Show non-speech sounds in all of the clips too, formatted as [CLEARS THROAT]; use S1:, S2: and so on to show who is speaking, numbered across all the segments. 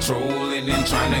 S1: trolling and trying to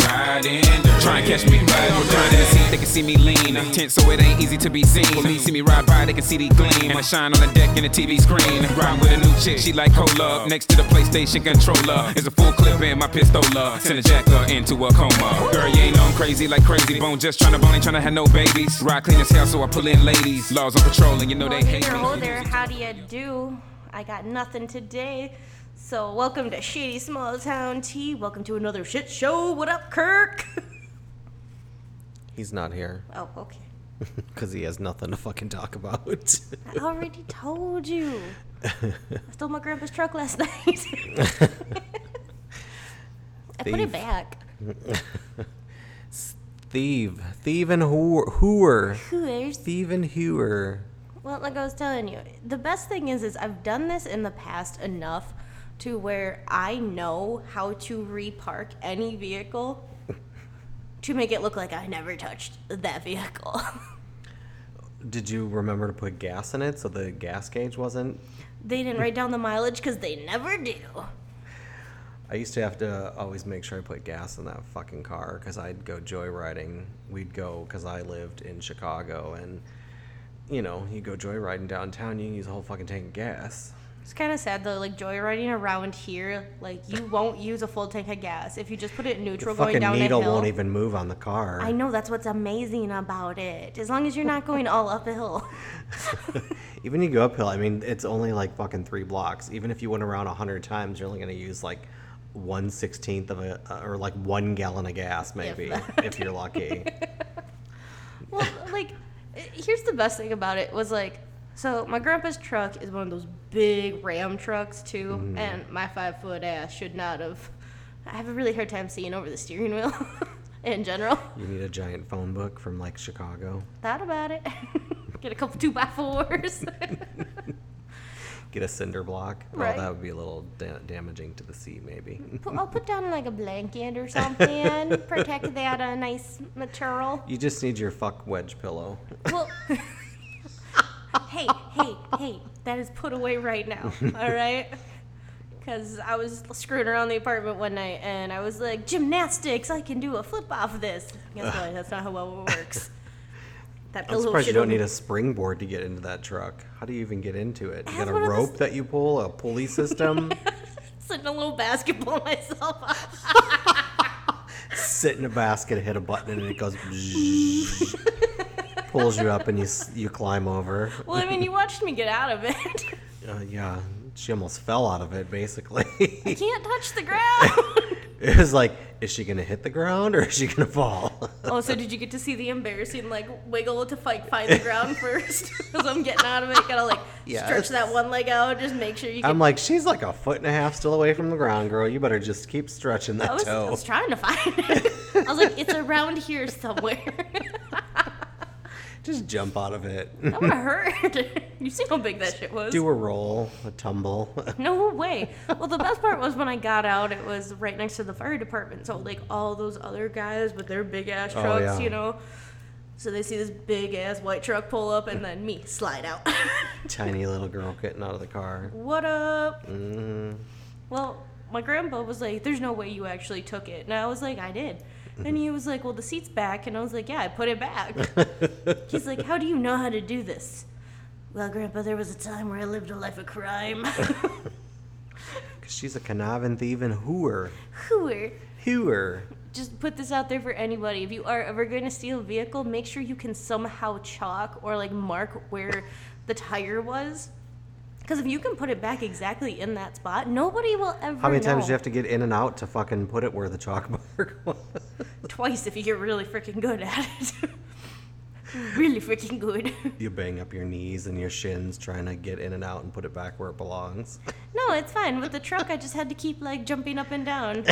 S1: riding dirty. Trying to catch me riding
S2: Blind in the
S1: dirty.
S2: seat, they can see me lean. I'm tense, so it ain't easy to be seen. Police see me ride by, they can see the gleam. And I shine on the deck in the TV screen. Ride with a new chick, she like cola. Next to the PlayStation controller is a full clip in my pistola. Send a jacker into a coma. Girl, you ain't know I'm crazy like crazy bone. Just tryna bone, ain't tryna have no babies. Ride clean as hell, so I pull in ladies. Laws on patrol, and you know they
S3: Hey
S2: hate
S3: there,
S2: me.
S3: ho there, how do you do? I got nothing today. So, welcome to Shady Small Town Tea. Welcome to another shit show. What up, Kirk?
S4: He's not here
S3: Oh, okay.
S4: because he has nothing to fucking talk about. [LAUGHS]
S3: I already told you. I stole my grandpa's truck last [LAUGHS] night. I put it
S4: Thief.
S3: back.
S4: Thieve. Thieve and whore. Hooer.
S3: Hooters.
S4: Thieve and hewer.
S3: Well, like I was telling you, the best thing is, is I've done this in the past enough to where I know how to repark any vehicle to make it look like I never touched that vehicle. [LAUGHS]
S4: Did you remember to put gas in it so the gas gauge wasn't?
S3: they didn't write down the mileage because they never do.
S4: I used to have to always make sure I put gas in that fucking car because I'd go joyriding. We'd go because I lived in Chicago and, you know, you go joyriding downtown, you can use a whole fucking tank of gas.
S3: It's kind of sad though, like joyriding around here, like you won't use a full tank of gas if you just put it in
S4: Your
S3: neutral going
S4: fucking
S3: down a
S4: needle
S3: hill.
S4: won't even move on the car.
S3: I know that's what's amazing about it. As long as you're not going all uphill. [LAUGHS]
S4: Even you go uphill, I mean, it's only like fucking three blocks. Even if you went around a hundred times, you're only gonna use like one sixteenth of a uh, or like one gallon of gas, maybe,
S3: that.
S4: if
S3: [LAUGHS]
S4: you're lucky.
S3: Well, like, here's the best thing about it was like, so my grandpa's truck is one of those big Ram trucks too, and my five foot ass should not have. I have a really hard time seeing over the steering wheel, [LAUGHS] in general.
S4: you need a giant phone book from like Chicago.
S3: Thought about it. [LAUGHS] Get a couple two by fours.
S4: Get a cinder block.
S3: Right.
S4: Well, that would be a little da- damaging to the sea, maybe.
S3: Put- I'll put down like a blanket or something. Protect that a nice material.
S4: You just need your fuck wedge pillow. [LAUGHS]
S3: Well, hey, hey, hey, that is put away right
S4: [LAUGHS]
S3: now, all right? Because I was screwing around the apartment one night and I was like, gymnastics, I can do a flip off this. Guess what? That's not how well it works.
S4: [LAUGHS]
S3: That
S4: I'm surprised you
S3: should
S4: don't need a springboard to get into that truck. How do you even get into it? You
S3: has
S4: got a
S3: one of those-
S4: rope that you pull, a
S3: [LAUGHS]
S4: pulley system,
S3: Sitting a little basketball [LAUGHS] myself up.
S4: sit in a basket, hit a button, and
S3: [LAUGHS]
S4: it goes. bzzz. pulls you up and you s- you climb over.
S3: Well, I mean, you watched me get out of it. [LAUGHS]
S4: Uh, yeah, she almost fell out of it. Basically, [LAUGHS]
S3: I can't touch the ground.
S4: it was like, is she gonna hit the ground or is she gonna fall? [LAUGHS]
S3: Also, did you get to see the embarrassing like wiggle to fight find the
S4: [LAUGHS]
S3: ground first? [LAUGHS] Because I'm getting out of it, gotta like
S4: Yes.
S3: stretch that one leg out, just make sure you. Can...
S4: I'm like, she's like a foot and a half still away from the ground, girl. You better just keep stretching that
S3: I was, I
S4: toe.
S3: was trying to find it. I was like, it's around here somewhere. [LAUGHS]
S4: Just jump out of it.
S3: that would have hurt. [LAUGHS] you see how big that shit was.
S4: Do a roll, a tumble. [LAUGHS]
S3: No way. Well, the best part was when I got out, it was right next to the fire department. So, like, all those other guys with their big ass
S4: Oh,
S3: trucks,
S4: yeah.
S3: you know. So they see this big ass white truck pull up and then me slide out. [LAUGHS]
S4: Tiny little girl getting out of the car.
S3: what up?
S4: Mm-hmm.
S3: Well, my grandpa was like, there's no way you actually took it. And I was like, I did. And he was like, well, the seat's back. And I was like, yeah, I put it
S4: [LAUGHS]
S3: back. He's like, how do you know how to do this? Well, grandpa, there was a time where I lived a life of
S4: [LAUGHS]
S3: crime. [LAUGHS]
S4: Cause she's a conniving, thieving hooer.
S3: Hooer.
S4: Hooer.
S3: just put this out there for anybody. If you are ever going to steal a vehicle, make sure you can somehow chalk or like mark where the tire was. Because if you can put it back exactly in that spot, nobody will ever.
S4: How many times
S3: know.
S4: do you have to get in and out to fucking put it where the chalk mark [LAUGHS] was?
S3: Twice if you get really freaking good at it. [LAUGHS] really freaking good. [LAUGHS]
S4: You bang up your knees and your shins trying to get in and out and put it back where it belongs.
S3: no, it's fine. With the truck, I just had to keep like jumping up and [LAUGHS] down.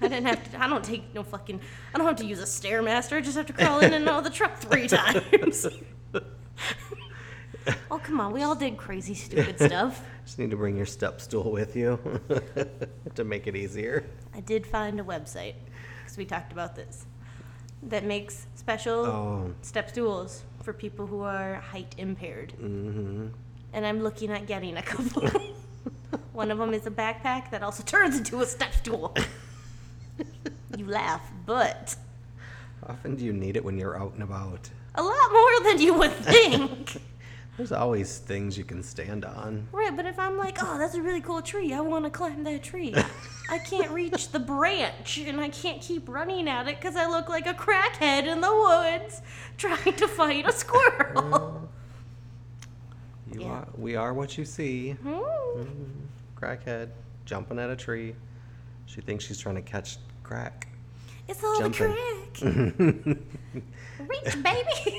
S3: I didn't have to. I don't take no fucking. I don't have to use a [LAUGHS] stairmaster. I just have to crawl in and out of the truck three times. Oh, come on. We all did crazy, stupid stuff.
S4: Just need to bring your step stool with you [LAUGHS] to make it easier.
S3: I did find a website because we talked about this that makes special
S4: Oh.
S3: step stools for people who are height impaired. Mm-hmm. And I'm looking at getting a couple. [LAUGHS] One of them is a backpack that also [LAUGHS] turns into a step stool. you laugh, but
S4: How often do you need it when you're out and about?
S3: a lot more than you would think.
S4: There's always things you can stand on.
S3: Right, but if I'm like, oh, that's a really cool tree, I want to climb that [LAUGHS] tree. I can't reach the branch, and I can't keep running at it because I look like a crackhead in the woods trying to fight a [LAUGHS] squirrel.
S4: You
S3: Yeah.
S4: are, we are what you see.
S3: Hmm.
S4: Crackhead jumping at a tree. She thinks she's trying to catch crack.
S3: It's all a
S4: Jumping.
S3: crack. [LAUGHS] Reach, baby. [LAUGHS]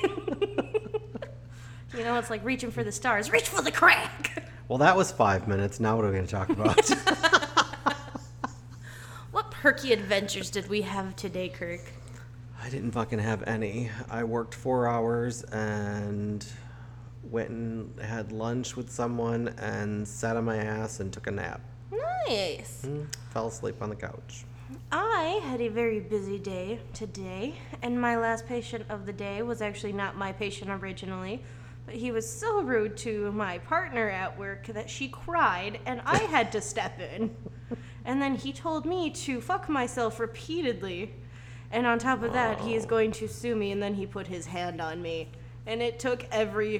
S3: you know, it's like reaching for the stars. Reach for the crack.
S4: Well, that was five minutes. Now what are we going to talk about?
S3: [LAUGHS]
S4: [LAUGHS]
S3: What perky adventures did we have today, Kirk?
S4: I didn't fucking have any. I worked four hours and went and had lunch with someone and sat on my ass and took a nap.
S3: Nice.
S4: Fell asleep on the couch.
S3: I had a very busy day today, and my last patient of the day was actually not my patient originally, but he was so rude to my partner at work that she cried, and I had to step in. And then he told me to fuck myself repeatedly, and on top of that, he is going to sue me, and then he put his hand on me. And it took every,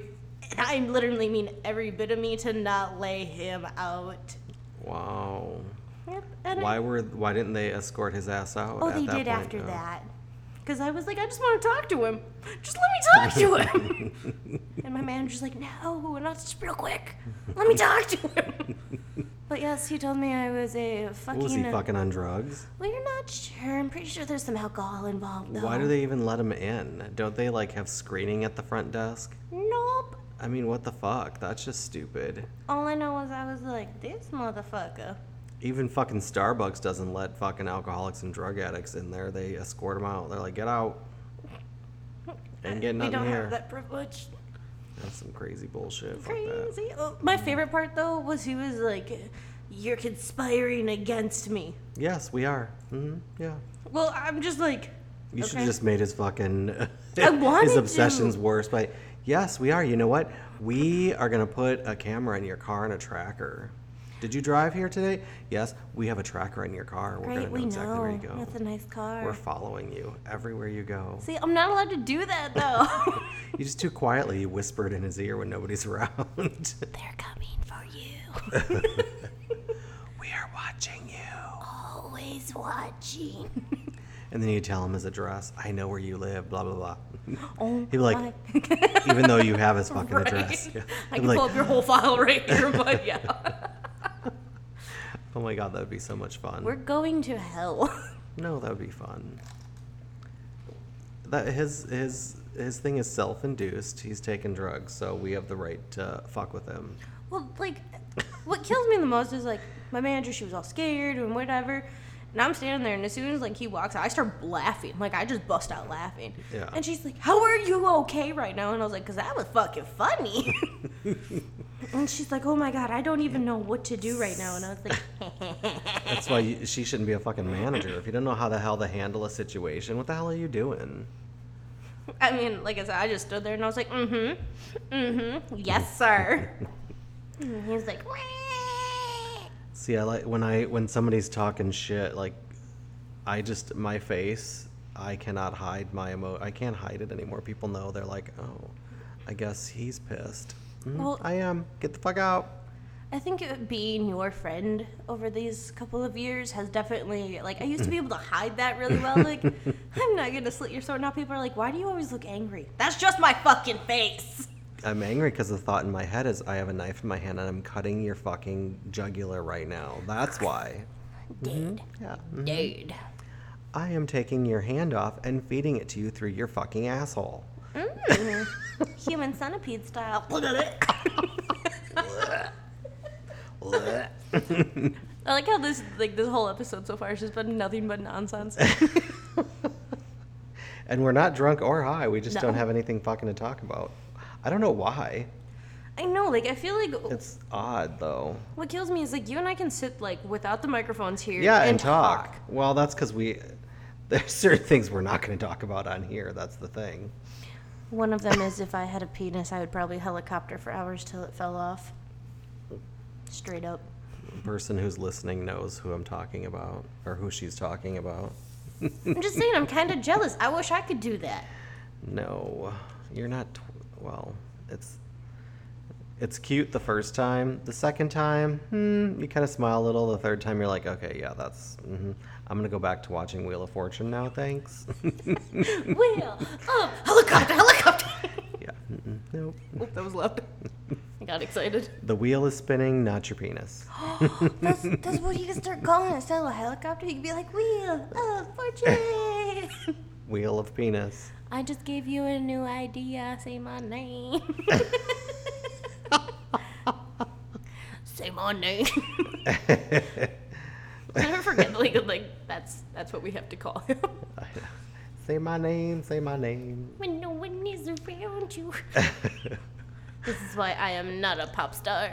S3: and I literally mean every bit of me to not lay him out.
S4: Wow.
S3: Yep, and I-
S4: Why were why didn't they escort his ass out?
S3: Oh,
S4: at
S3: they
S4: that
S3: did
S4: point?
S3: after
S4: Oh.
S3: that. Because I was like, I just want to talk to him. Just let me talk to him.
S4: [LAUGHS]
S3: and my manager's like, no, not just real quick. Let me talk to him. but yes, he told me I was a fucking.
S4: Was he fucking on drugs?
S3: We're not sure. I'm pretty sure there's some alcohol involved, though.
S4: Why do they even let him in? Don't they like have screening at the front desk?
S3: Nope.
S4: I mean, what the fuck? That's just stupid.
S3: All I know is I was like, this motherfucker.
S4: Even fucking Starbucks doesn't let fucking alcoholics and drug addicts in there. They escort them out. They're like, get out. Ain't getting
S3: we
S4: nothing
S3: don't
S4: here.
S3: have that privilege.
S4: That's some crazy bullshit. Fuck that.
S3: Crazy. Oh, my favorite part, though, was he was like, you're conspiring against me.
S4: Yes, we are. hmm Yeah.
S3: Well, I'm just like,
S4: You should
S3: Okay.
S4: have just made his fucking
S3: wanted
S4: his
S3: to.
S4: obsessions worse. But yes, we are. You know what? We are gonna put a camera in your car and a tracker. Did you drive here today? Yes, we have a tracker in your car. We're
S3: Right,
S4: gonna know
S3: we
S4: exactly
S3: know.
S4: where you go.
S3: That's a nice car.
S4: We're following you everywhere you go.
S3: See, I'm not allowed to do that
S4: [LAUGHS]
S3: though.
S4: You just too quietly whispered in his ear when nobody's [LAUGHS] around.
S3: They're coming for you.
S4: [LAUGHS] we are watching you.
S3: Oh. Always watching.
S4: [LAUGHS] And then you tell him his address. I know where you live. Blah blah blah.
S3: Oh
S4: He'd be like,
S3: my-
S4: even though you have his
S3: [LAUGHS]
S4: fucking
S3: Right.
S4: address. Yeah.
S3: I can
S4: He'd be like,
S3: pull up your whole file right here,
S4: [LAUGHS]
S3: but yeah.
S4: Oh my god, that would be so much fun.
S3: We're going to hell. [LAUGHS]
S4: No, that would be fun. That his his his thing is self-induced. He's taken drugs, so we have the right to fuck with him.
S3: Well, like, what kills me the most is like my manager. She was all scared and whatever, and I'm standing there, and as soon as like he walks, out, I start laughing. Like I just bust out laughing.
S4: Yeah.
S3: And she's like, "How are you okay right now?" And I was like, "Cause that was fucking funny." and she's like, "Oh my god, I don't even know what to do right now." And I was like,
S4: That's why you, she shouldn't be a fucking manager. If you don't know how the hell to handle a situation, what the hell are you doing?
S3: "I mean, like I said, I just stood there and I was like, mm-hmm, mm-hmm, yes, sir." and he's like, "Wah."
S4: See, I like when I when somebody's talking shit. Like, I just my face. I cannot hide my emo. I can't hide it anymore. People know. They're like, oh, I guess he's pissed. Mm,
S3: Well-
S4: I am. Get the fuck out.
S3: I think it, being your friend over these couple of years has definitely like I used to be able to hide that really well.
S4: [LAUGHS]
S3: Like I'm not gonna slit your throat. Now people are like, why do you always look angry? That's just my fucking face.
S4: I'm angry because the thought in my head is I have a knife in my hand and I'm cutting your fucking jugular right now. That's why.
S3: Dude,
S4: Yeah.
S3: dude.
S4: I am taking your hand off and feeding it to you through your fucking asshole.
S3: Human centipede style. [LAUGHS]
S4: [LAUGHS]
S3: I like how this like this whole episode so far has just been nothing but
S4: [LAUGHS]
S3: nonsense.
S4: And we're not drunk or high. We just
S3: No.
S4: don't have anything fucking to talk about. I don't know why.
S3: I know, like I feel like
S4: It's odd though.
S3: what kills me is like you and I can sit like without the microphones here.
S4: Yeah, and, talk. Well, that's because we. [LAUGHS] There's certain things we're not going to talk about on here. That's the thing.
S3: One of them is if I had a penis, I would probably helicopter for hours till it fell off. Straight up.
S4: The person who's listening knows who I'm talking about or who she's talking about.
S3: I'm just saying, I'm kind of jealous. I wish I could do that.
S4: No, you're not. Tw- well, it's it's cute the first time. The second time, hmm, you kind of smile a little. The third time, you're like, okay, yeah, that's. hmm I'm gonna go back to watching Wheel of Fortune now. Thanks. [LAUGHS]
S3: Wheel up, um, helicopter, helicopter. [LAUGHS]
S4: yeah. Mm-mm, nope.
S3: Oop, that was loud. I got excited.
S4: The wheel is spinning, not your penis.
S3: That's, that's what you can start calling it. Sell a helicopter. You can be like, uh, Wheel of Fortune.
S4: Wheel of penis.
S3: I just gave you a new idea. Say my name. [LAUGHS] Say my [LAUGHS] name. I never forget, like, like that's that's what we have to call him.
S4: Say my name. Say my name.
S3: When no one is around you. [LAUGHS] this is why I am not a pop [LAUGHS] star.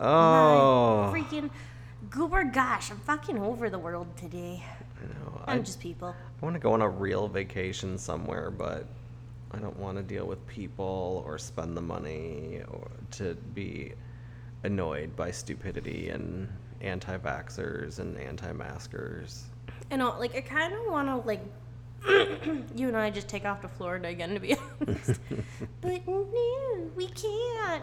S4: Oh.
S3: Freaking goober gosh, I'm fucking over the world today.
S4: No, I,
S3: I'm just people.
S4: I want to go on a real vacation somewhere, but I don't want to deal with people or spend the money or to be annoyed by stupidity and anti-vaxxers and anti-maskers.
S3: And all, like I kind of want to like [CLEARS THROAT] you and I just take off to Florida again to be [LAUGHS] honest. but no, we can't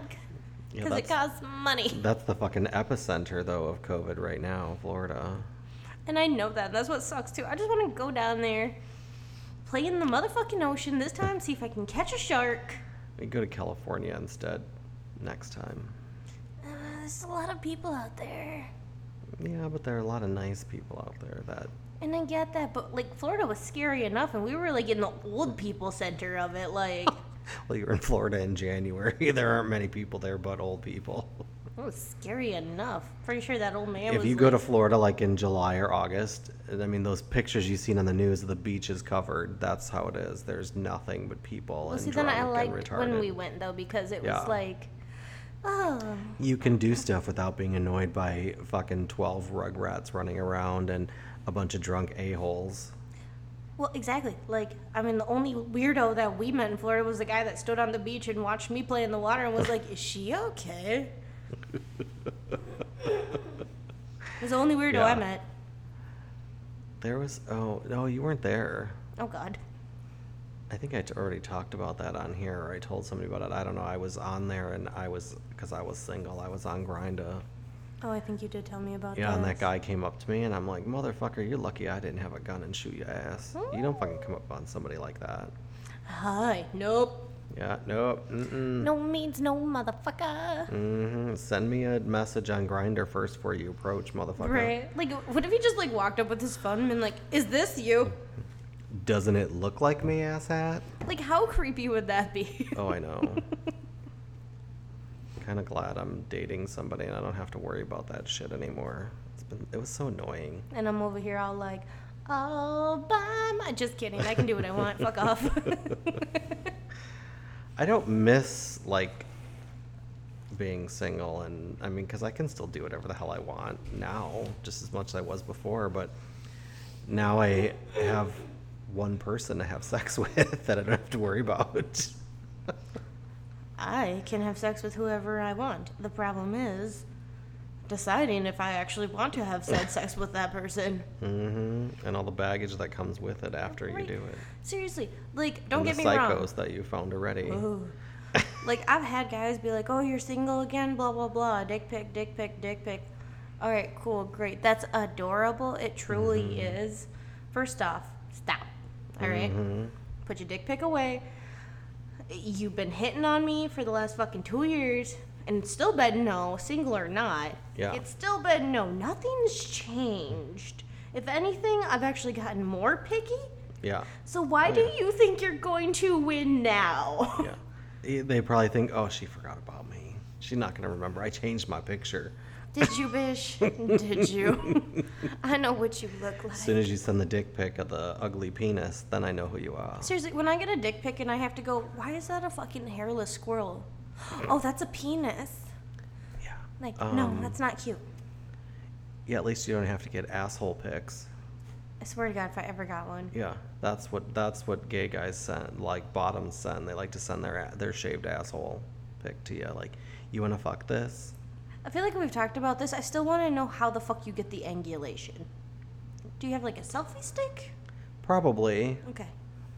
S4: Yeah,
S3: because it
S4: that's-
S3: costs money.
S4: That's the fucking epicenter though of COVID right now, Florida.
S3: And I know that. That's what sucks too. I just want to go down there, play in the motherfucking ocean this time, see if I can catch a shark.
S4: We go to California instead next time.
S3: Uh, there's a lot of people out there.
S4: Yeah, but there are a lot of nice people out there that
S3: And I get that, but like Florida was scary enough, and we were like in the old people center of it.
S4: [LAUGHS]
S3: Like,
S4: well, you're in Florida in January. [LAUGHS] There aren't many people there but old people.
S3: it was scary enough. Pretty sure that old man
S4: If
S3: was.
S4: you go
S3: like-
S4: to Florida like in July or August, I mean those pictures you've seen on the news of the beach is covered. That's how it is. There's nothing but people
S3: Well,
S4: and
S3: see, then I
S4: drunk and
S3: liked when
S4: retarded.
S3: we went though because it
S4: Yeah.
S3: was like, oh,
S4: You can do stuff without being annoyed by fucking twelve rugrats running around and a bunch of drunk a holes.
S3: well, exactly. Like, I mean, the only weirdo that we met in Florida was the guy that stood on the beach and watched me play in the water and was like, "Is she
S4: [LAUGHS]
S3: okay?" it was the only weirdo I
S4: Yeah.
S3: met.
S4: There was oh no, you weren't there.
S3: Oh God.
S4: I think I t- already talked about that on here, or I told somebody about it. I don't know. I was on there, and I was because I was single. I was on Grinda.
S3: Oh, I think you did tell me about
S4: Yeah, and
S3: this.
S4: that guy came up to me, and I'm like, "Motherfucker, you're lucky I didn't have a gun and shoot your ass. You don't fucking come up on somebody like that."
S3: Hi. Nope.
S4: Yeah, nope. Mm-mm.
S3: No means no motherfucker.
S4: hmm Send me a message on Grinder first before you approach, motherfucker.
S3: Right. Like, what if he just like walked up with his phone and been like, "Is this you?"
S4: Doesn't it look like me, asshat?
S3: Like, how creepy would that be? [LAUGHS]
S4: Oh, I know. kind of glad I'm dating somebody and I don't have to worry about that shit anymore. It's been it was so annoying.
S3: and I'm over here all like, all by my. Just kidding. I can do what I want. Fuck off.
S4: [LAUGHS] I don't miss like being single and I mean cuz I can still do whatever the hell I want now just as much as I was before but now I have one person to have [LAUGHS] sex with that I don't have to worry about.
S3: I can have sex with whoever I want. The problem is deciding if I actually want to have said sex with that person.
S4: Mhm. And all the baggage that comes with it after you
S3: Right.
S4: do it.
S3: Seriously. Like, don't
S4: and
S3: get
S4: the
S3: me
S4: psychos
S3: wrong.
S4: that you found already. [LAUGHS]
S3: Ooh. like I've had guys be like, "Oh, you're single again," blah blah blah, dick pic, dick pic, dick pic. All right, cool, great. That's adorable. It truly
S4: Mm-hmm.
S3: is. First off, stop. All right?
S4: Mm-hmm.
S3: put your dick pic away. You've been hitting on me for the last fucking two years, and it's still been no, single or not.
S4: Yeah.
S3: It's still been no. Nothing's changed. If anything, I've actually gotten more picky.
S4: Oh, Yeah.
S3: So why do you think you're going to win now? [LAUGHS]
S4: Yeah. They- They probably think, oh, she forgot about me. She's not going to remember. I changed my picture.
S3: Did you, Bish?
S4: [LAUGHS]
S3: Did you? [LAUGHS] I know what you look like.
S4: As soon as you send the dick pic of the ugly penis, then I know who you are.
S3: Seriously, when I get a dick pic and I have to go, why is that a fucking hairless squirrel? [GASPS] Oh, that's a penis.
S4: Yeah.
S3: Like,
S4: Um,
S3: no, that's not cute.
S4: Yeah, at least you don't have to get asshole pics.
S3: I swear to God, if I ever got one.
S4: Yeah, that's what that's what gay guys send, like bottoms send. They like to send their a- their shaved asshole pic to you. Like, you want to fuck this?
S3: I feel like we've talked about this. I still want to know how the fuck you get the angulation. Do you have like a selfie stick?
S4: Probably. [LAUGHS]
S3: Okay.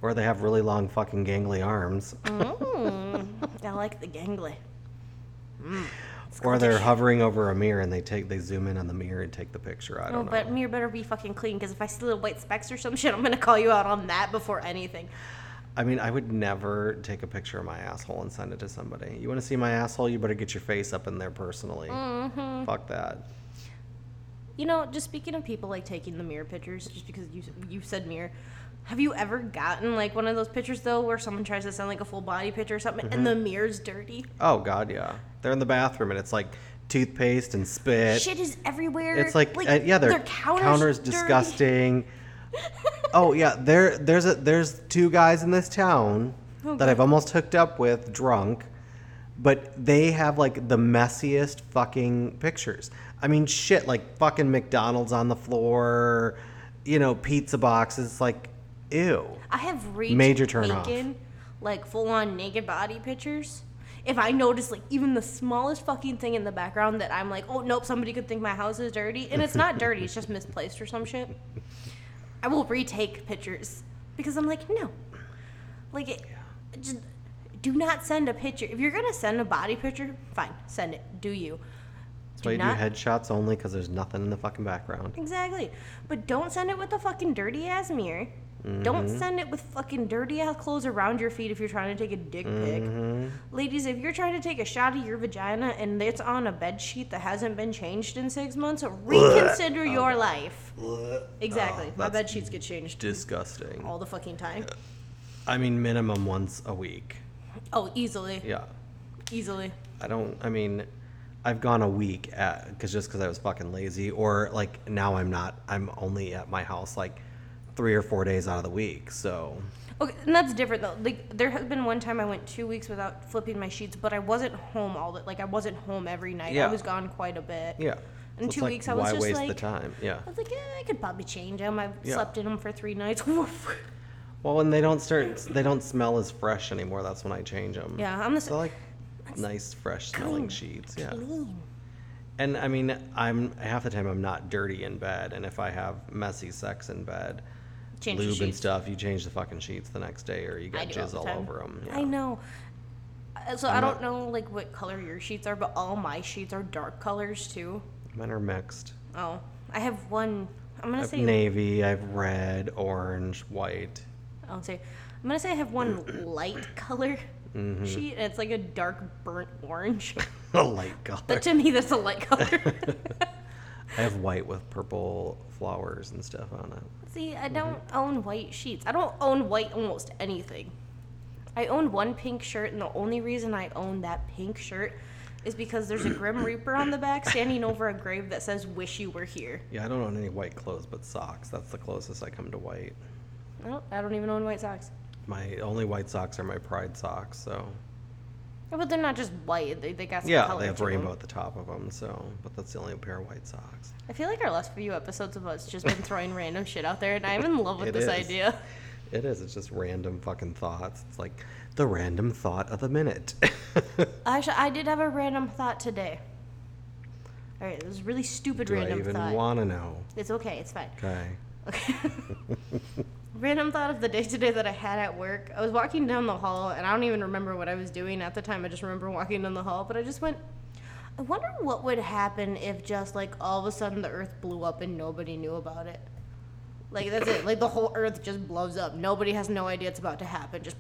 S4: Or they have really long fucking gangly arms.
S3: Mm, I like the gangly.
S4: [LAUGHS] Mm. or they're hovering over a mirror and they take they zoom in on the mirror and take the picture. I
S3: Oh,
S4: don't know.
S3: but mirror better be fucking clean because if I see little white specks or some shit, I'm gonna call you out on that before anything.
S4: I mean, I would never take a picture of my asshole and send it to somebody. You want to see my asshole? You better get your face up in there personally.
S3: Mm-hmm.
S4: Fuck that.
S3: You know, just speaking of people like taking the mirror pictures, just because you you said mirror, have you ever gotten like one of those pictures though, where someone tries to send like a full body picture or something,
S4: Mm-hmm.
S3: and the mirror's dirty?
S4: Oh God, yeah. They're in the bathroom and it's like toothpaste and spit.
S3: Shit is everywhere.
S4: It's like, uh, yeah, their, counter's,
S3: dirty. [LAUGHS]
S4: disgusting. oh yeah, there there's a there's two guys in this town
S3: Oh,
S4: that I've almost hooked up with drunk, but they have like the messiest fucking pictures. I mean shit, like fucking McDonald's on the floor, you know, pizza boxes like ew.
S3: I have reached
S4: Major turn off.
S3: naked, like full on naked body pictures. If I notice like even the smallest fucking thing in the background that I'm like, oh nope, somebody could think my house is dirty, and it's not dirty, it's just misplaced or some shit. I will retake pictures because I'm like, no, like it, just do not send a picture. If you're gonna send a body picture, fine, send it. Do you?
S4: That's
S3: do
S4: why you
S3: not-
S4: do headshots only because there's nothing in the fucking background.
S3: Exactly. But don't send it with a fucking dirty ass mirror. Don't
S4: Mm-hmm.
S3: send it with fucking dirty ass clothes around your feet if you're trying to take a dick pic.
S4: Mm-hmm.
S3: Ladies, if you're trying to take a shot of your vagina and it's on a bed sheet that hasn't been changed in six months, reconsider your life. Exactly. My bed
S4: Oh. that's
S3: sheets get changed
S4: Disgusting.
S3: all the fucking time.
S4: I mean minimum once a week.
S3: Oh, easily.
S4: Yeah.
S3: Easily.
S4: I don't. I mean, I've gone a week at because just because I was fucking lazy, or like now I'm not. I'm only at my house like three or four days out of the week. So
S3: Okay, and that's different though. Like there has been one time I went two weeks without flipping my sheets, but I wasn't home all the like I wasn't home every night.
S4: Yeah.
S3: I was gone quite a bit.
S4: yeah.
S3: In
S4: So it's
S3: two
S4: like,
S3: weeks, I was
S4: why
S3: just
S4: waste the
S3: like-
S4: time? Yeah.
S3: I was like, eh, I could probably change them. I've
S4: Yeah.
S3: slept in them for three nights. [LAUGHS] Woof.
S4: Well, and they don't start. They don't smell as fresh anymore. That's when I change them.
S3: Yeah, I'm the
S4: So
S3: same.
S4: like nice, fresh smelling sheets. Yeah.
S3: Clean.
S4: And I mean, I'm half the time I'm not dirty in bed, and if I have messy sex in bed.
S3: Change the
S4: lube and
S3: sheets.
S4: stuff. You change the fucking sheets the next day, or you
S3: I
S4: got
S3: do all
S4: jizz
S3: the
S4: all,
S3: time.
S4: over 'em. over them.
S3: I know. Uh, So I
S4: not-
S3: don't know like what color your sheets are, but all my sheets are dark colors too.
S4: Mine are mixed.
S3: Oh, I have one. I'm
S4: I
S3: gonna
S4: have
S3: say.
S4: navy, I've red, orange, white. [LAUGHS]
S3: I'll say. I'm gonna say I have
S4: [CLEARS THROAT]
S3: one light color
S4: Mm-hmm.
S3: sheet, and it's like a dark burnt
S4: [LAUGHS]
S3: orange.
S4: A light color.
S3: but to me, that's a light color.
S4: I have white with purple flowers and stuff on it.
S3: See, I don't own white sheets. I don't own white almost anything. I own one pink shirt, and the only reason I own that pink shirt is because there's a Grim Reaper on the back standing over a grave that says, Wish you were here.
S4: Yeah, I don't own any white clothes but socks. That's the closest I come to white.
S3: I don't, I don't even own white socks.
S4: My only white socks are my pride socks, so.
S3: Yeah, But they're not just white, they, they got some
S4: Yeah,
S3: color.
S4: they have
S3: to them.
S4: rainbow at the top of them, so. But that's the only pair of white socks.
S3: I feel like our last few episodes of us just been
S4: [LAUGHS]
S3: throwing random shit out there, and I'm in love with
S4: It
S3: this
S4: is.
S3: idea.
S4: It is, it's just random fucking thoughts. It's like the random thought of the minute. [LAUGHS]
S3: Actually, I did have a random thought today. All right, it was a really stupid
S4: Do I
S3: random
S4: even
S3: thought.
S4: want to know?
S3: it's okay, it's fine.
S4: Okay.
S3: Okay. [LAUGHS] Random thought of the day today that I had at work. I was walking down the hall, and I don't even remember what I was doing at the time. I just remember walking down the hall, but I just went, I wonder what would happen if just like all of a sudden the earth blew up and nobody knew about it. Like, that's it. Like, the whole earth just blows up. Nobody has no idea it's about to happen. Just,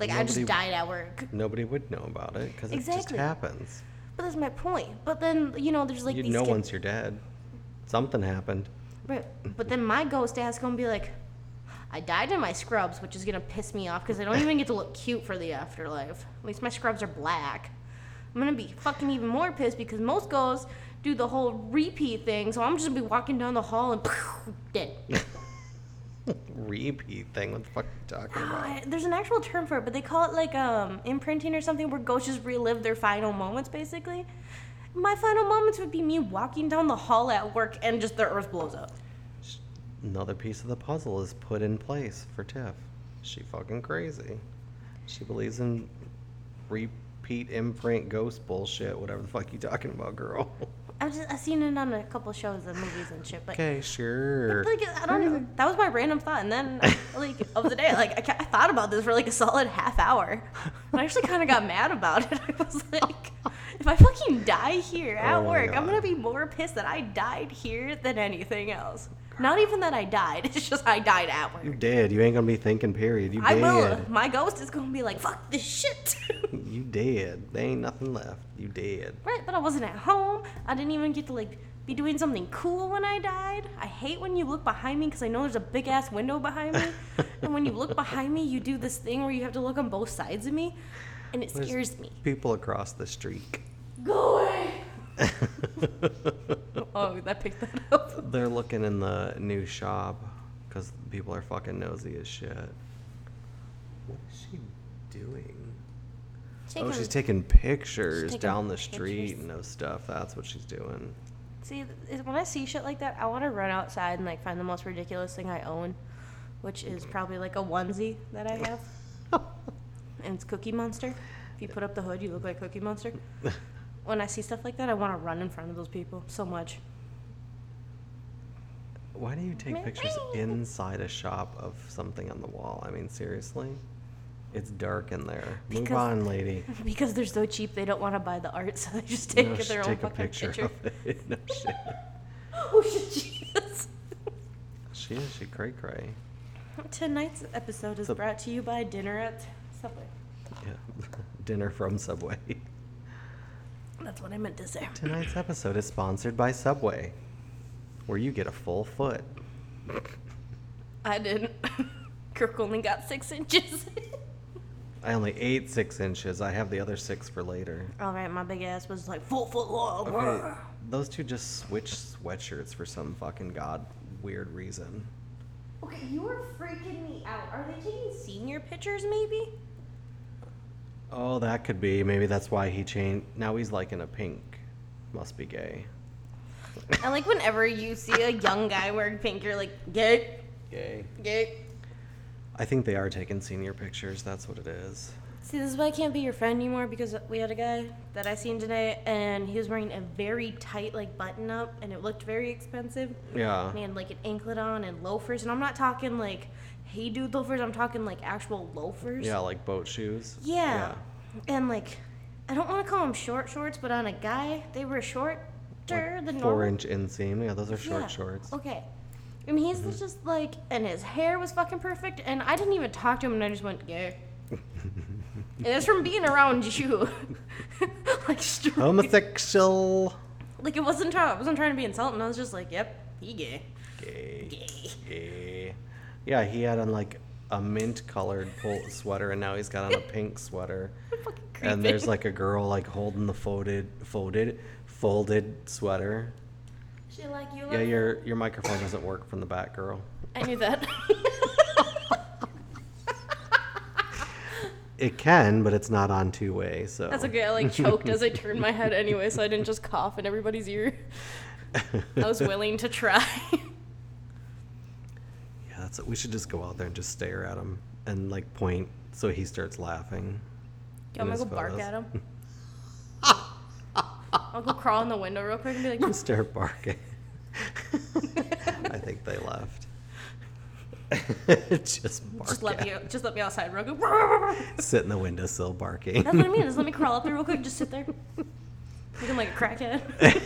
S3: like, I
S4: Nobody-
S3: just died at work.
S4: Nobody would know about it because it just
S3: Exactly.
S4: happens.
S3: But that's my point. But then, you know, there's like
S4: you
S3: these
S4: know
S3: kids-
S4: once you're dead. Something happened.
S3: Right. But then my ghost ass gonna be like, I died in my scrubs, which is gonna piss me off because I don't even get to look cute for the afterlife. At least my scrubs are black. I'm gonna be fucking even more pissed because most girls do the whole repeat thing, so I'm just gonna be walking down the hall and [LAUGHS] dead.
S4: Repeat thing. What the fuck are you talking about?
S3: I- There's an actual term for it, but they call it like um, imprinting or something, where ghosts just relive their final moments, basically. My final moments would be me walking down the hall at work and just the earth blows up.
S4: Another piece of the puzzle is put in place for Tiff. She fucking crazy. She believes in repeat imprint ghost bullshit. Whatever the fuck you talking about, girl. [LAUGHS]
S3: I've just I've seen it on a couple shows and movies and shit, but
S4: Okay, sure.
S3: like I don't know. That was my random thought, and then
S4: [LAUGHS]
S3: like of the day, like I, ca- I thought about this for like a solid half hour. And I actually kind of got mad about it. [LAUGHS] I was like, if I fucking die here at
S4: Oh my
S3: work, I'm
S4: God.
S3: gonna be more pissed that I died here than anything else. Not even that I died. [LAUGHS] It's just I died at
S4: You
S3: work.
S4: did. You ain't gonna be thinking. Period. You
S3: I
S4: did.
S3: will. My ghost is gonna be like, fuck this shit. [LAUGHS]
S4: You did. There ain't nothing left. You did.
S3: right, but I wasn't at home. I didn't even get to like be doing something cool when I died. I hate when you look behind me because I know there's a big ass window behind me, and when you look behind me, you do this thing where you have to look on both sides of me, and it
S4: There's
S3: scares me.
S4: People across the street.
S3: Go away. [LAUGHS] oh, that picked that [LAUGHS] up.
S4: [LAUGHS] They're looking in the new shop because people are fucking nosy as shit. What is she doing? oh, she's taking pictures
S3: taking
S4: down the street
S3: pictures.
S4: and those stuff. That's what she's doing. [LAUGHS]
S3: See, th- when I see shit like that, I want to run outside and like find the most ridiculous thing I own, which is probably like a onesie that I [LAUGHS] have, and it's Cookie Monster. If you put up the hood, you look like Cookie Monster. When I see stuff like that, I want to run in front of those people so much. [LAUGHS]
S4: Why do you take pictures inside a shop of something on the wall? I mean, seriously? It's dark in there. Move
S3: Because-
S4: on, lady.
S3: Because they're so cheap, they don't want to buy the art, so they just take
S4: No, she
S3: their own
S4: take a
S3: fucking
S4: picture,
S3: picture.
S4: of it. [LAUGHS] No shit.
S3: [LAUGHS] oh shit, Jesus!
S4: She is. She cray cray.
S3: Tonight's episode is
S4: So-
S3: brought to you by dinner at Subway.
S4: Yeah. [LAUGHS] Dinner from Subway.
S3: That's what I meant to say.
S4: Tonight's episode is sponsored by Subway, where you get a full foot.
S3: I didn't. [LAUGHS] Kirk only got six inches. [LAUGHS]
S4: I only ate six inches. I have the other six for later.
S3: All right, my big ass was like four foot long.
S4: Okay, those two just switched sweatshirts for some fucking god weird reason.
S3: Okay, you are freaking me out. Are they taking senior pictures, maybe?
S4: Oh, that could be. Maybe that's why he changed. Now he's like in a pink. Must be gay.
S3: And like whenever you see a young guy wearing pink, you're like, gay,
S4: Gay.
S3: gay.
S4: I think they are taking senior pictures. That's what it is.
S3: See, this is why I can't be your friend anymore because we had a guy that I seen today, and he was wearing a very tight like button up, and it looked very expensive.
S4: Yeah.
S3: And he had like an anklet on and loafers, and I'm not talking like hey dude loafers. I'm talking like actual loafers.
S4: Yeah, like boat shoes.
S3: Yeah. And like, I don't want to call them short shorts, but on a guy, they were shorter
S4: Yeah.
S3: than normal.
S4: Four inch inseam. Yeah, those are short
S3: Yeah.
S4: shorts. Mm-hmm.
S3: Okay. And he's just like, and his hair was fucking perfect, and I didn't even talk to him, and I just went,
S4: [LAUGHS]
S3: gay. and it's from being around you. [LAUGHS] like, straight.
S4: Oh. Homosexual.
S3: like, it wasn't, try- I wasn't trying to be insulting. I was just like, yep, he gay.
S4: Gay.
S3: Gay.
S4: Gay. Yeah, he had on like a mint colored pol sweater, and now he's got on a pink sweater.
S3: Fucking creepy.
S4: and there's like a girl like holding the folded folded folded sweater
S3: She like, you
S4: yeah
S3: look-
S4: your your microphone doesn't work from the back girl
S3: I knew that.
S4: [LAUGHS] it can but it's not on two way so
S3: That's okay. I like choked as I turned my head anyway, so I didn't just cough in everybody's ear.
S4: [LAUGHS]
S3: I was willing to try.
S4: yeah that's it we should just go out there and just stare at him and like point so he starts laughing [LAUGHS]
S3: I'm gonna
S4: Those
S3: go bark
S4: fellas.
S3: at him.
S4: [LAUGHS]
S3: I'll go crawl in the window real quick and be like,
S4: start barking [LAUGHS] i think they left [LAUGHS] just bark
S3: just let
S4: at
S3: me, just let me outside real quick. [LAUGHS] That's
S4: sit in the windowsill barking
S3: what I mean. Just let me crawl up there real quick. Just sit there, looking like a crackhead.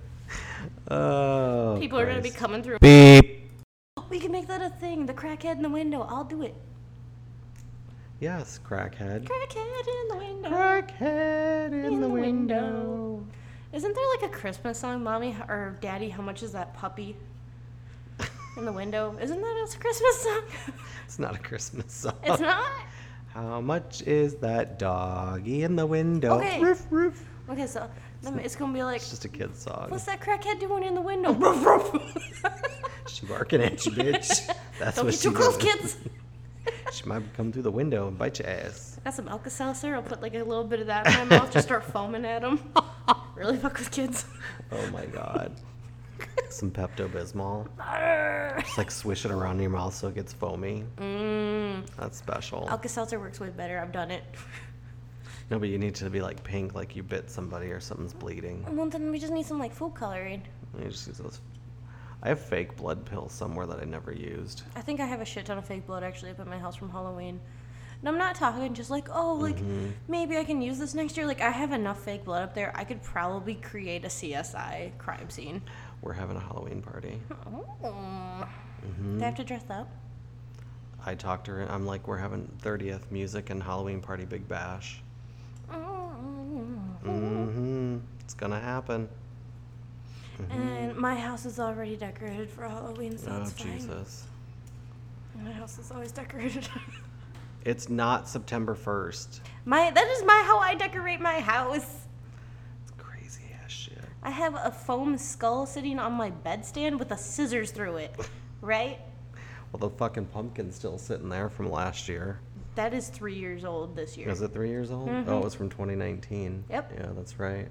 S4: [LAUGHS]
S3: [LAUGHS]
S4: oh
S3: People are gonna be
S4: Christ.
S3: coming through.
S4: beep
S3: We can make that a thing. The crackhead in the window. I'll do it.
S4: yes crackhead
S3: Crackhead in the window.
S4: Crackhead in,
S3: In
S4: the
S3: the
S4: window.
S3: window. Isn't there like a Christmas song, Mommy or Daddy? How much is that
S4: [LAUGHS]
S3: puppy in the window? Isn't that a Christmas song? [LAUGHS]
S4: It's not a Christmas song.
S3: It's not.
S4: How much is that doggy in the window?
S3: Okay.
S4: Roof, roof.
S3: Okay, so then it's gonna be like,
S4: It's just a kid's song.
S3: what's that crackhead doing in the
S4: [LAUGHS]
S3: window? [LAUGHS]
S4: She barking at you, bitch. That's
S3: Don't
S4: what
S3: get
S4: she
S3: too close,
S4: doing. [LAUGHS]
S3: kids.
S4: She might come through the window and bite your ass.
S3: Got some Alka Seltzer. I'll put like a little bit of that in my mouth. Just start foaming at them. [LAUGHS] really fuck with [LAUGHS] kids.
S4: Oh my god.
S3: [LAUGHS]
S4: Some Pepto Bismol.
S3: Arr.
S4: Just like swish it around in your mouth so it gets foamy. Mm. That's special.
S3: Alka Seltzer works way better. I've done it.
S4: No, but you need to be like pink, like you bit somebody or something's bleeding.
S3: Well, then we just need some like food coloring.
S4: You just use those. I have fake blood pills somewhere that I never used.
S3: I think I have a shit ton of fake blood actually up at my house from Halloween. And I'm not talking just like, oh, like
S4: Mm-hmm.
S3: maybe I can use this next year. Like I have enough fake blood up there. I could probably create a CSI crime scene.
S4: We're having a Halloween party. Mm-hmm.
S3: Do I have to dress up?
S4: I talked to her. and I'm like, we're having 30th music and Halloween party big bash. Mm-hmm. It's gonna happen.
S3: And my house is already decorated for Halloween, so
S4: oh
S3: it's fine.
S4: Jesus!
S3: My house is always decorated. [LAUGHS]
S4: It's not September 1st.
S3: my that is my how I decorate my house.
S4: It's crazy ass shit.
S3: I have a foam skull sitting on my bedstand with a scissors through it. Right?
S4: Well, the fucking pumpkin's still sitting there from last year.
S3: That is three years old this year.
S4: Is it three years old? Oh, it was from 2019.
S3: Mm-hmm. Yep.
S4: Yeah, that's right.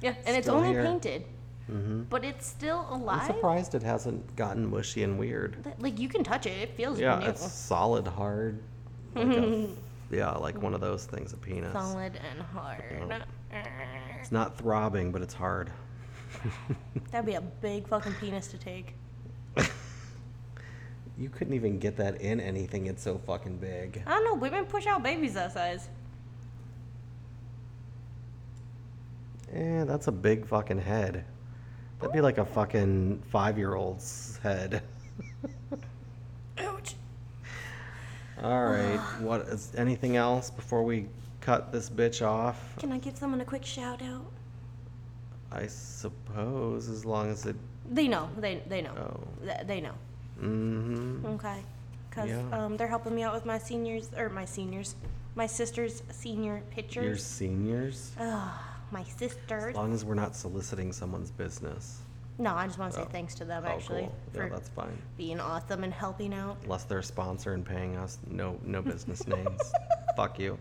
S3: Yeah, and it's
S4: Still
S3: only
S4: here. Mm-hmm.
S3: painted, but it's still
S4: I'm
S3: alive.
S4: surprised it hasn't gotten mushy and weird.
S3: That- Like you can touch it; it feels
S4: Yeah,
S3: new. Mm-hmm.
S4: it's solid hard. Like a, yeah, like one of those things, a penis.
S3: solid and hard.
S4: It's not throbbing, but it's hard.
S3: That'd be a big fucking penis to take.
S4: You couldn't even get that in anything. It's so fucking big.
S3: I don't know. Women push out babies that size.
S4: Eh, that's a big fucking head. That'd be like a fucking five-year-old's head.
S3: Ouch. [SIGHS]
S4: All right. What is anything else before we cut this bitch off?
S3: Can I give someone a quick shout out?
S4: I suppose as long as it.
S3: They know. They they know.
S4: Oh.
S3: Th- They know.
S4: Mm-hmm.
S3: Okay. Cause
S4: Yeah.
S3: um, they're helping me out with my seniors or my seniors, my sister's senior
S4: Your
S3: pictures.
S4: seniors.
S3: Uh, my
S4: As
S3: sister's.
S4: long as we're not soliciting someone's business.
S3: No, I just want to say thanks to them actually
S4: oh, cool.
S3: for
S4: yeah, that's fine.
S3: being awesome and helping out.
S4: [LAUGHS] Unless they're a sponsor and paying us, no, no
S3: [LAUGHS]
S4: business names. Fuck you.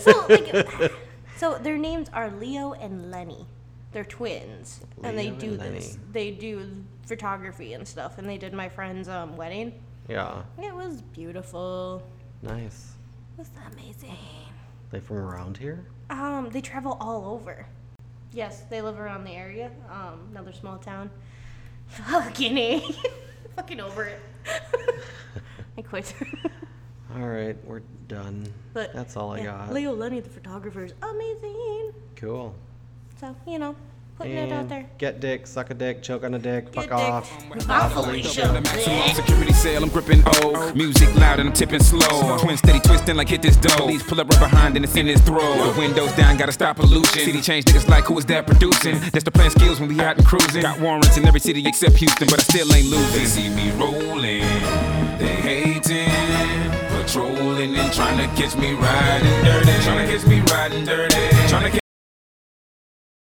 S3: so like, [LAUGHS] so their names are Leo and Lenny. They're twins, and they
S4: Leo
S3: do
S4: and Lenny.
S3: this. They do photography and stuff, and they did my friend's um, wedding.
S4: Yeah,
S3: It was beautiful.
S4: nice.
S3: It was amazing.
S4: They from around here?
S3: Um, they travel all over. Yes, they live around the area. Um, another small town. [LAUGHS] Fucking a. [LAUGHS] Fucking over it. [LAUGHS] I quit. [LAUGHS]
S4: All right, we're done.
S3: but
S4: That's all I
S3: yeah,
S4: got.
S3: Leo Lenny, the photographer, is amazing.
S4: Cool.
S3: So you know, putting it out
S4: And
S3: there.
S4: Get dick, suck a dick, choke on a dick, fuck
S3: dick.
S4: off.
S2: The maximum security cell, I'm gripping O. Music loud and I'm tipping slow. Twin steady twisting like hit this dough. Police pull up right behind and it's in his throat. The windows down, gotta stop pollution. City change niggas like who is that producing? That's the plan skills when we out and cruising. Got warrants in every city except Houston, but I still ain't
S1: They
S2: losing.
S1: see me rolling, they hating, patrolling and trying to catch me riding dirty. Trying to catch me riding dirty.